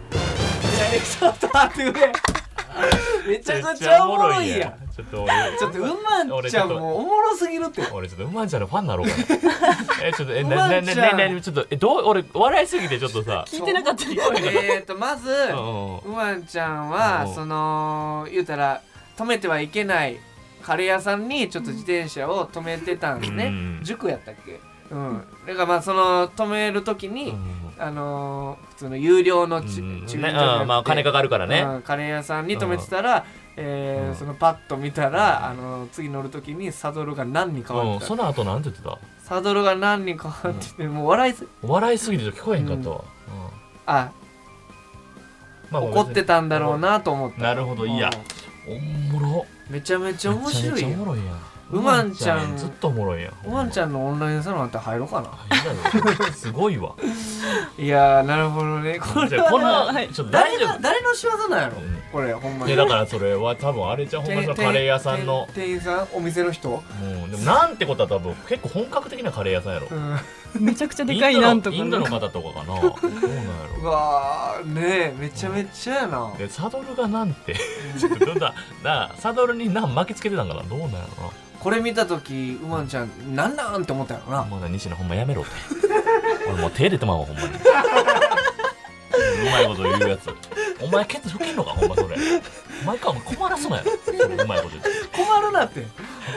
[SPEAKER 2] めちゃくちゃおもろいやん
[SPEAKER 3] めちちょっと俺
[SPEAKER 2] ちょっとウマンちゃんもおもろすぎるって
[SPEAKER 3] 俺ちょっとウマンちゃんのファンになろうかなえちょっとえ
[SPEAKER 2] ウマ
[SPEAKER 3] なな
[SPEAKER 2] ン
[SPEAKER 3] な
[SPEAKER 2] ちゃん
[SPEAKER 3] ななちょっとえどう俺笑いすぎてちょっとさ
[SPEAKER 4] 聞いてなかったよ
[SPEAKER 2] えーとまず
[SPEAKER 3] うんうんうん
[SPEAKER 2] ウマンちゃんは
[SPEAKER 3] うん
[SPEAKER 2] その言うたら止めてはいけないカレー屋さんにちょっと自転車を止めてたんです
[SPEAKER 3] う
[SPEAKER 2] ね
[SPEAKER 3] ん
[SPEAKER 2] 塾やったっけうんだからまあその止める時に、
[SPEAKER 3] うん
[SPEAKER 2] あのー普通の有料のち、
[SPEAKER 3] うん
[SPEAKER 2] 駐
[SPEAKER 3] ね
[SPEAKER 2] 輪場じゃなく
[SPEAKER 3] う
[SPEAKER 2] て
[SPEAKER 3] んまあお金かかるからね
[SPEAKER 2] うんカレー屋さんに止めてたら、えーそのパッと見たら、あのー次乗る時にサドルが何に変わ
[SPEAKER 3] う
[SPEAKER 2] っ
[SPEAKER 3] ん
[SPEAKER 2] て
[SPEAKER 3] そ
[SPEAKER 2] た
[SPEAKER 3] の後なんて言ってた
[SPEAKER 2] サドルが何に変わってて、もう笑いす
[SPEAKER 3] 笑いすぎてちょっと聞こえへんかったわうん
[SPEAKER 2] あ
[SPEAKER 3] まあ
[SPEAKER 2] 怒ってたんだろうなと思った
[SPEAKER 3] なるほどいやおもろ
[SPEAKER 2] うんめちゃめちゃ面白
[SPEAKER 3] めちゃめ
[SPEAKER 2] い
[SPEAKER 3] ちゃ
[SPEAKER 2] よ
[SPEAKER 3] おもろいやん
[SPEAKER 2] ウマンちゃん
[SPEAKER 3] ずっとおもろいやん
[SPEAKER 2] おまんちゃんのオンラインサロンあったら入ろうかな
[SPEAKER 3] あすごいわ
[SPEAKER 2] いやーなるほどねこ
[SPEAKER 3] じ
[SPEAKER 2] れ
[SPEAKER 3] ゃあこ
[SPEAKER 4] でもはい
[SPEAKER 3] のちょっと大
[SPEAKER 2] 誰
[SPEAKER 3] 丈
[SPEAKER 2] が誰の仕業なんやろ
[SPEAKER 3] うん
[SPEAKER 2] これほんま
[SPEAKER 3] 夫
[SPEAKER 2] に
[SPEAKER 3] でだからそれは多分あれじゃんほんまそのカレー屋さんの
[SPEAKER 2] 店店員さんお店の人
[SPEAKER 3] うんでもなんてことは多分結構本格的なカレー屋さんやろ
[SPEAKER 2] うん
[SPEAKER 4] めちゃくちゃでかいなんとか
[SPEAKER 3] インドのインドの方とかかなそうなんや
[SPEAKER 2] う
[SPEAKER 3] ろ
[SPEAKER 2] わーねえめちゃめちゃやな
[SPEAKER 3] でサドルがなんてちょっとどんななサドルに何巻きつけてたんかなどうなんやろ
[SPEAKER 2] これ見た時うまんちゃんなんなんって思ったやろ
[SPEAKER 3] な
[SPEAKER 2] な
[SPEAKER 3] もうな西野ほんまやめろって俺もう手入れてまうわほんまにうまいこと言うやつお前ケツ吹けんのかほんまそれお前かお前困らすなようまいこと言って
[SPEAKER 2] 困るなって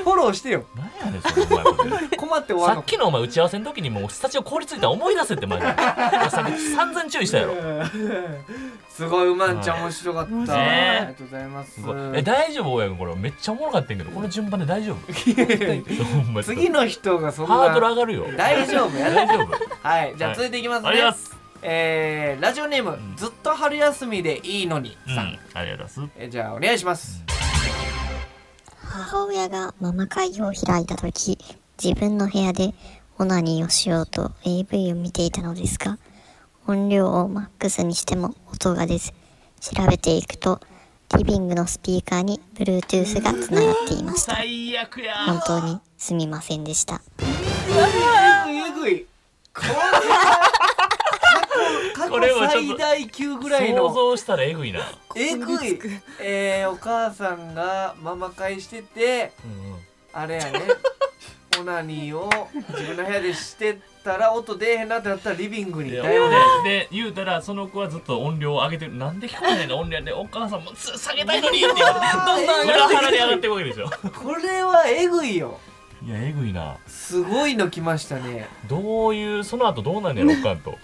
[SPEAKER 2] フォローしてよ
[SPEAKER 3] 何やねんそれうまい
[SPEAKER 2] [LAUGHS]
[SPEAKER 3] こと言う
[SPEAKER 2] 困って終わ
[SPEAKER 3] さ
[SPEAKER 2] るの
[SPEAKER 3] っきのお前打ち合わせの時にもうスタジオ凍りついたら思い出せって前にさっき散々注意したやろ
[SPEAKER 2] すごいうまんちゃん面白かった、
[SPEAKER 4] はい
[SPEAKER 2] ありがとうございます
[SPEAKER 3] すごいえ大丈夫親君これめっちゃおもろかったんやけどこの順番で大丈夫
[SPEAKER 2] [LAUGHS]
[SPEAKER 3] ほんまちょっと
[SPEAKER 2] 次の人がそん
[SPEAKER 3] ハードル
[SPEAKER 2] な
[SPEAKER 3] 上がるよ
[SPEAKER 2] 大丈夫や
[SPEAKER 3] 大
[SPEAKER 2] な
[SPEAKER 3] 丈夫
[SPEAKER 2] はいじゃあ
[SPEAKER 3] はい
[SPEAKER 2] 続いていきますね、
[SPEAKER 3] ありがとうございます
[SPEAKER 2] えーラジオネーム、
[SPEAKER 3] ん
[SPEAKER 2] ずっと春休みでいいのに
[SPEAKER 3] うん
[SPEAKER 2] さん、
[SPEAKER 3] ありがとうございます
[SPEAKER 2] えじゃあお願いします、
[SPEAKER 6] 母親がママ会を開いた時自分の部屋でオナニーをしようと AV を見ていたのですが音量をマックスにしても音が出ず調べていくとリビングのスピーカーに Bluetooth がつながっていました
[SPEAKER 3] 最悪や
[SPEAKER 6] 本当にすみませんでした
[SPEAKER 2] えぐいえぐいこれは過去
[SPEAKER 3] これは
[SPEAKER 2] 過去
[SPEAKER 3] ちょ
[SPEAKER 2] 最
[SPEAKER 3] っと
[SPEAKER 2] 大級ぐらい
[SPEAKER 3] 想
[SPEAKER 2] の
[SPEAKER 3] 像したらえぐいな
[SPEAKER 2] えぐい、えーお母さんがママ会してて
[SPEAKER 3] うんうん
[SPEAKER 2] あれや
[SPEAKER 3] [LAUGHS]
[SPEAKER 2] ねオナニーを自分の部屋でしてたら音出えへんなってなったらリビングに
[SPEAKER 3] で
[SPEAKER 2] だよね
[SPEAKER 3] で言うたらその子はずっと音量を上げてるなんで聞こえないの音量でお母さんもつ下げたいのにって
[SPEAKER 2] [LAUGHS]
[SPEAKER 3] 言われて
[SPEAKER 2] どんどん上
[SPEAKER 3] 裏
[SPEAKER 2] がってくる
[SPEAKER 3] 腹で上がってるわけでしょ
[SPEAKER 2] これはえぐいよ
[SPEAKER 3] いやえぐいな
[SPEAKER 2] すごいの来ましたね
[SPEAKER 3] どういうその後どうなんやろおかんと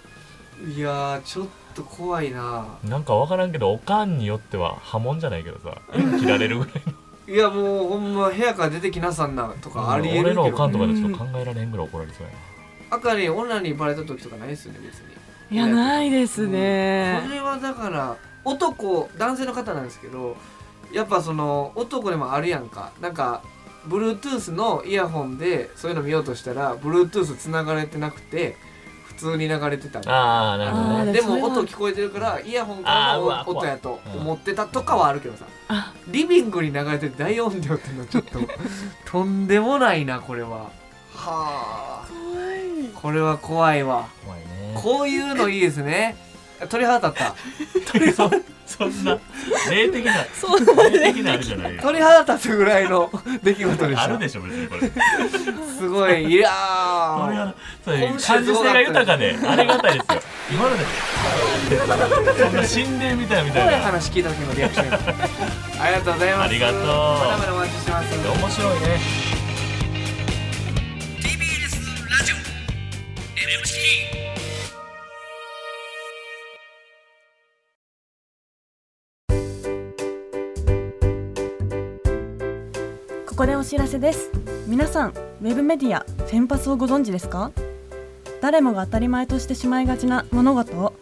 [SPEAKER 2] いやーちょっと怖いな
[SPEAKER 3] なんかわからんけどおかんによっては波紋じゃないけどさ切られるぐらい
[SPEAKER 2] いやもうほんま部屋から出てきなさんなと [LAUGHS] かありえるけ
[SPEAKER 3] 俺のお
[SPEAKER 2] ど
[SPEAKER 3] かんとかでちょっと考えられへんぐらい怒られそうやな
[SPEAKER 2] あかりオナニーバレた時とかないですよね別に
[SPEAKER 4] いやないです
[SPEAKER 2] こ
[SPEAKER 4] ね
[SPEAKER 2] れはだから男男性の方なんですけどやっぱその男でもあるやんかなんか Bluetooth のイヤホンでそういうの見ようとしたら Bluetooth 繋がれてなくて普通に流れてた
[SPEAKER 3] ああなるほど
[SPEAKER 4] あ
[SPEAKER 3] ね
[SPEAKER 4] ー
[SPEAKER 2] で
[SPEAKER 4] それ
[SPEAKER 2] も
[SPEAKER 4] は
[SPEAKER 2] 音聞こえてるからイヤホンから
[SPEAKER 3] あーうわ
[SPEAKER 2] の音やと
[SPEAKER 3] 怖い
[SPEAKER 2] 思ってたとかはあるけどさ
[SPEAKER 4] あ
[SPEAKER 2] リビングに流れてる大音量っていうのはちょっ
[SPEAKER 4] [LAUGHS]
[SPEAKER 2] ととんでもないなこれははあこれは怖いわ
[SPEAKER 3] 怖いね
[SPEAKER 2] こういうのいいですね鳥肌立った
[SPEAKER 3] そそんな霊的な
[SPEAKER 4] そう
[SPEAKER 3] 霊的なあれじゃないよ
[SPEAKER 2] 鳥肌立つぐらいの [LAUGHS] 出来事でし
[SPEAKER 3] ある
[SPEAKER 2] た
[SPEAKER 3] でしょ別にこれ
[SPEAKER 2] すごいいや
[SPEAKER 3] これ
[SPEAKER 2] ー
[SPEAKER 3] はそれ
[SPEAKER 2] 今週
[SPEAKER 3] 感受性が豊かでありがたいですよ今までそんな心霊みたいみ
[SPEAKER 2] こ
[SPEAKER 3] た
[SPEAKER 2] れ
[SPEAKER 3] いな
[SPEAKER 2] 話聞いた時のリアクションありがとうございます
[SPEAKER 3] ありがとう
[SPEAKER 2] まだまだお待ちしてます
[SPEAKER 3] 面白いね
[SPEAKER 4] ここでお知らせです皆さんウェブメディアフェンパスをご存知ですか誰もが当たり前としてしまいがちな物事を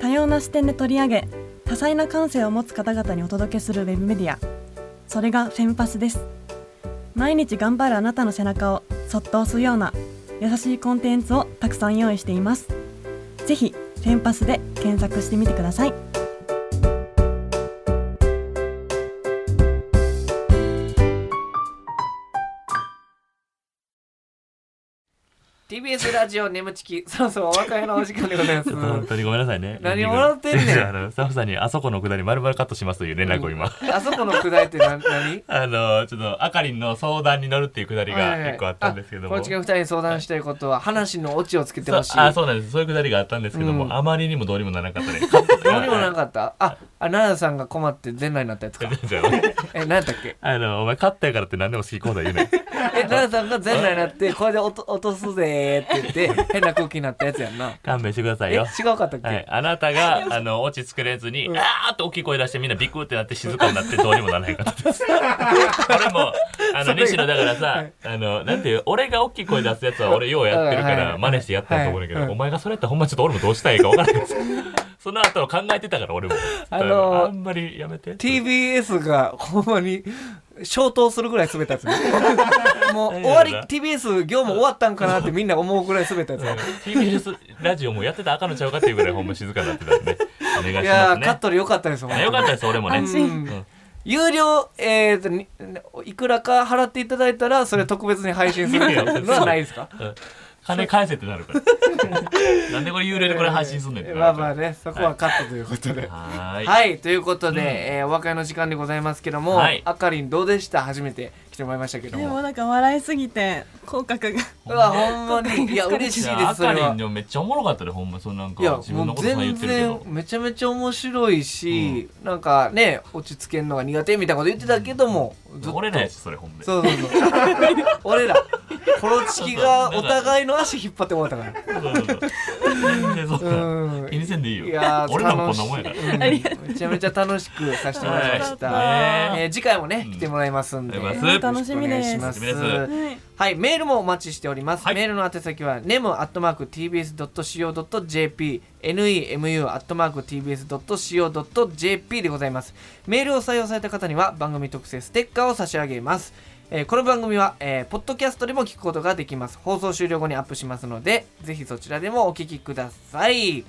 [SPEAKER 4] 多様な視点で取り上げ多彩な感性を持つ方々にお届けするウェブメディアそれがフェンパスです毎日頑張るあなたの背中をそっと押すような優しいコンテンツをたくさん用意していますぜひフェンパスで検索してみてください
[SPEAKER 2] TBS ラジオ眠ちきそろそろお別れのお時間でございます
[SPEAKER 3] [LAUGHS] ちょっと本当にごめんなさいね。
[SPEAKER 2] 何笑ってんねん
[SPEAKER 3] あのスタッフさんにあそこのくだり丸々カットしますという連絡を今。
[SPEAKER 2] [LAUGHS] あそこのくだりってな何
[SPEAKER 3] あのちょっとあかりんの相談に乗るっていうくだりが一個あったんですけども。
[SPEAKER 2] はいはいはいあこの時間二人に相談したいことは話のオチをつけて
[SPEAKER 3] そう
[SPEAKER 2] ほしい
[SPEAKER 3] あそうなんですそういうくだりがあったんですけども、
[SPEAKER 2] うん
[SPEAKER 3] あまりにもどうにもならなかったね。カット
[SPEAKER 2] どうにもなかったああ奈良さんが困って全裸になったやつか
[SPEAKER 3] [LAUGHS]
[SPEAKER 2] え何やったっけ
[SPEAKER 3] あのお前カットやからって何でも好きこうだ言うね。
[SPEAKER 2] え奈良さんが全裸になってこれで落と落とすぜーって言って変な空気になったやつやんな
[SPEAKER 3] 勘弁してください
[SPEAKER 2] え違
[SPEAKER 3] よ
[SPEAKER 2] う。かったっけ、
[SPEAKER 3] はい、あなたがあの落ち作れずに、あーっと大きい声出してみんなビクってなって静かになってどうにもならないかったです俺も [LAUGHS] あの
[SPEAKER 2] それ
[SPEAKER 3] 西野だからさ、あのなんていう俺が大きい声出すやつは俺ようやってるか
[SPEAKER 2] はいはいは
[SPEAKER 3] ら
[SPEAKER 2] い
[SPEAKER 3] 真似してやったと思うんだけど、
[SPEAKER 2] はいはい
[SPEAKER 3] お前がそれやったらほんまちょっと俺もどうしたらいいか分からないです [LAUGHS] その後考えてたから俺も、
[SPEAKER 2] あのー
[SPEAKER 3] [LAUGHS] あんまりやめて
[SPEAKER 2] TBS がほんまに消灯するぐらい滑った
[SPEAKER 3] [LAUGHS]
[SPEAKER 2] やつねもう終わり TBS 業務終わったんかなってみんな思うぐらい滑ったやつや
[SPEAKER 3] TBS ラジオもやってたらあかんのちゃうかっていうぐらいほんま静かになってたんでお願い
[SPEAKER 2] い
[SPEAKER 3] しま
[SPEAKER 2] や
[SPEAKER 3] す
[SPEAKER 2] ーカッ
[SPEAKER 3] ね
[SPEAKER 2] トでよかったですもん
[SPEAKER 3] あよかったです俺もね、
[SPEAKER 2] 安心
[SPEAKER 3] うん
[SPEAKER 2] 有料、えーとにいくらか払っていただいたらそれ特別に配信するのはないですか
[SPEAKER 3] うん [LAUGHS] 金返せってなるから
[SPEAKER 2] [LAUGHS]
[SPEAKER 3] なんでこれ幽霊でこれ配信すんねんって
[SPEAKER 2] ま
[SPEAKER 3] な
[SPEAKER 2] あ
[SPEAKER 3] る
[SPEAKER 2] ま
[SPEAKER 3] か
[SPEAKER 2] あ
[SPEAKER 3] ら
[SPEAKER 2] ねそこはカットということで、
[SPEAKER 3] はーい
[SPEAKER 2] はい、ということで、えーお別れの時間でございますけども、
[SPEAKER 3] はい
[SPEAKER 2] あかりんどうでした初めて来てもらいましたけど
[SPEAKER 4] で
[SPEAKER 2] も
[SPEAKER 4] もなんか笑いすぎて口角 [LAUGHS] が
[SPEAKER 2] うわほんまにいや嬉しい
[SPEAKER 3] い
[SPEAKER 2] で
[SPEAKER 3] や
[SPEAKER 2] す
[SPEAKER 3] あ
[SPEAKER 2] そ
[SPEAKER 3] か
[SPEAKER 2] れ
[SPEAKER 3] り
[SPEAKER 2] は
[SPEAKER 3] ん。でもめっちゃおもろかったでほんまそのなん
[SPEAKER 2] いや
[SPEAKER 3] か自分
[SPEAKER 2] も
[SPEAKER 3] の
[SPEAKER 2] う
[SPEAKER 3] ことさん
[SPEAKER 2] 全
[SPEAKER 3] 言ってるけ
[SPEAKER 2] 然
[SPEAKER 3] ど
[SPEAKER 2] めちゃめちゃ面白いし、なんかね落ち着けるのが苦手みたいなこと言ってたけども、ずっと
[SPEAKER 3] 折れないしそれほんで
[SPEAKER 2] そうそうそう俺らコロチキがお互いの足引っ張って終わったから。
[SPEAKER 3] そうそうそう全然 [LAUGHS] そん
[SPEAKER 2] うん
[SPEAKER 3] な気にせんでいいよ
[SPEAKER 2] いやー
[SPEAKER 3] 俺らもこんなもんやか
[SPEAKER 2] 楽
[SPEAKER 3] ら
[SPEAKER 2] しいうんめちゃめちゃ楽しくさせてもらいました、
[SPEAKER 3] はいね
[SPEAKER 2] えー次回もね
[SPEAKER 3] うん
[SPEAKER 2] 来てもらいますんで、
[SPEAKER 3] ありがとうござい
[SPEAKER 2] よ
[SPEAKER 4] ま
[SPEAKER 2] ろ
[SPEAKER 4] す
[SPEAKER 2] くお願いしま
[SPEAKER 3] 楽しみです楽し
[SPEAKER 2] はいメールもお待ちしております、
[SPEAKER 3] はい
[SPEAKER 2] メールの宛先は nemu.tbs.co.jp nemu.tbs.co.jp でございますメールを採用された方には番組特製ステッカーを差し上げますえーこの番組は、えーポッドキャストでも聞くことができます放送終了後にアップしますのでぜひそちらでもお聞きください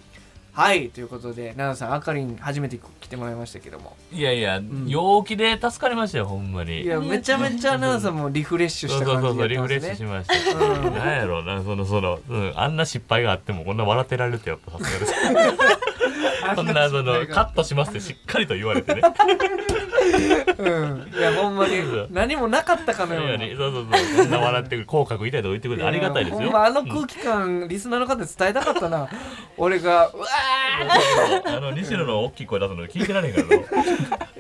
[SPEAKER 2] はいということで奈々さんあかりん初めて来てもらいましたけども
[SPEAKER 3] いやいや
[SPEAKER 2] ん
[SPEAKER 3] 陽気で助かりましたよほんまに
[SPEAKER 2] いやめちゃめちゃ奈々さんもリフレッシュし
[SPEAKER 3] そう
[SPEAKER 2] た
[SPEAKER 3] そう
[SPEAKER 2] 感
[SPEAKER 3] そう
[SPEAKER 2] じ
[SPEAKER 3] そ
[SPEAKER 2] や
[SPEAKER 3] う
[SPEAKER 2] ったん
[SPEAKER 3] リフレ
[SPEAKER 2] で
[SPEAKER 3] ッシ
[SPEAKER 2] す
[SPEAKER 3] ュし
[SPEAKER 2] ね
[SPEAKER 3] ました
[SPEAKER 2] うん
[SPEAKER 3] なんやろうなそのその、うん、あんな失敗があってもこんな笑ってられるってやっぱさすがですそんなそのカットしますってしっかりと言われてね。
[SPEAKER 2] うんいやほんまに
[SPEAKER 3] そう
[SPEAKER 2] 何もなかったかの
[SPEAKER 3] そ
[SPEAKER 2] よ
[SPEAKER 3] う
[SPEAKER 2] う
[SPEAKER 3] や
[SPEAKER 2] な
[SPEAKER 3] ねそうそうそう。そんな笑ってくる口角痛いとか言ってくれてありがたいです
[SPEAKER 2] やほ
[SPEAKER 3] よ。
[SPEAKER 2] んまあの空気感、リスナーの方に伝えたかったな俺がうわ
[SPEAKER 3] うんあの西野の大きい声出すの聞いてられへんからな。
[SPEAKER 2] ー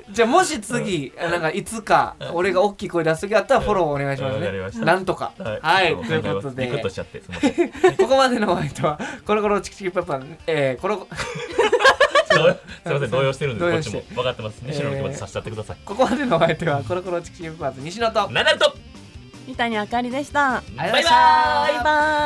[SPEAKER 2] じゃあもし次なんかいつか俺が大きい声出す時あったらフォローお願いします
[SPEAKER 3] わかりまし
[SPEAKER 2] ね
[SPEAKER 3] た
[SPEAKER 2] なんとかはい、ということ
[SPEAKER 3] ビクッと
[SPEAKER 2] で
[SPEAKER 3] しちゃってすみません。
[SPEAKER 2] ここまでのお相手はコロコロチキチキパパえー、コロコ [LAUGHS]
[SPEAKER 3] どうすみません動揺してるんで
[SPEAKER 2] 動
[SPEAKER 3] こ
[SPEAKER 2] 揺
[SPEAKER 3] っ
[SPEAKER 2] し
[SPEAKER 3] ち
[SPEAKER 2] て
[SPEAKER 3] も分かってます。西野の気持ちさせちゃってください。
[SPEAKER 2] ここまでのお相手はコロコロチキチキパパズ西野と
[SPEAKER 3] ナダルと
[SPEAKER 4] 三谷あかりでした
[SPEAKER 3] バイ
[SPEAKER 2] ありがとうございま
[SPEAKER 3] バ
[SPEAKER 2] した
[SPEAKER 3] イ。
[SPEAKER 4] バイバイ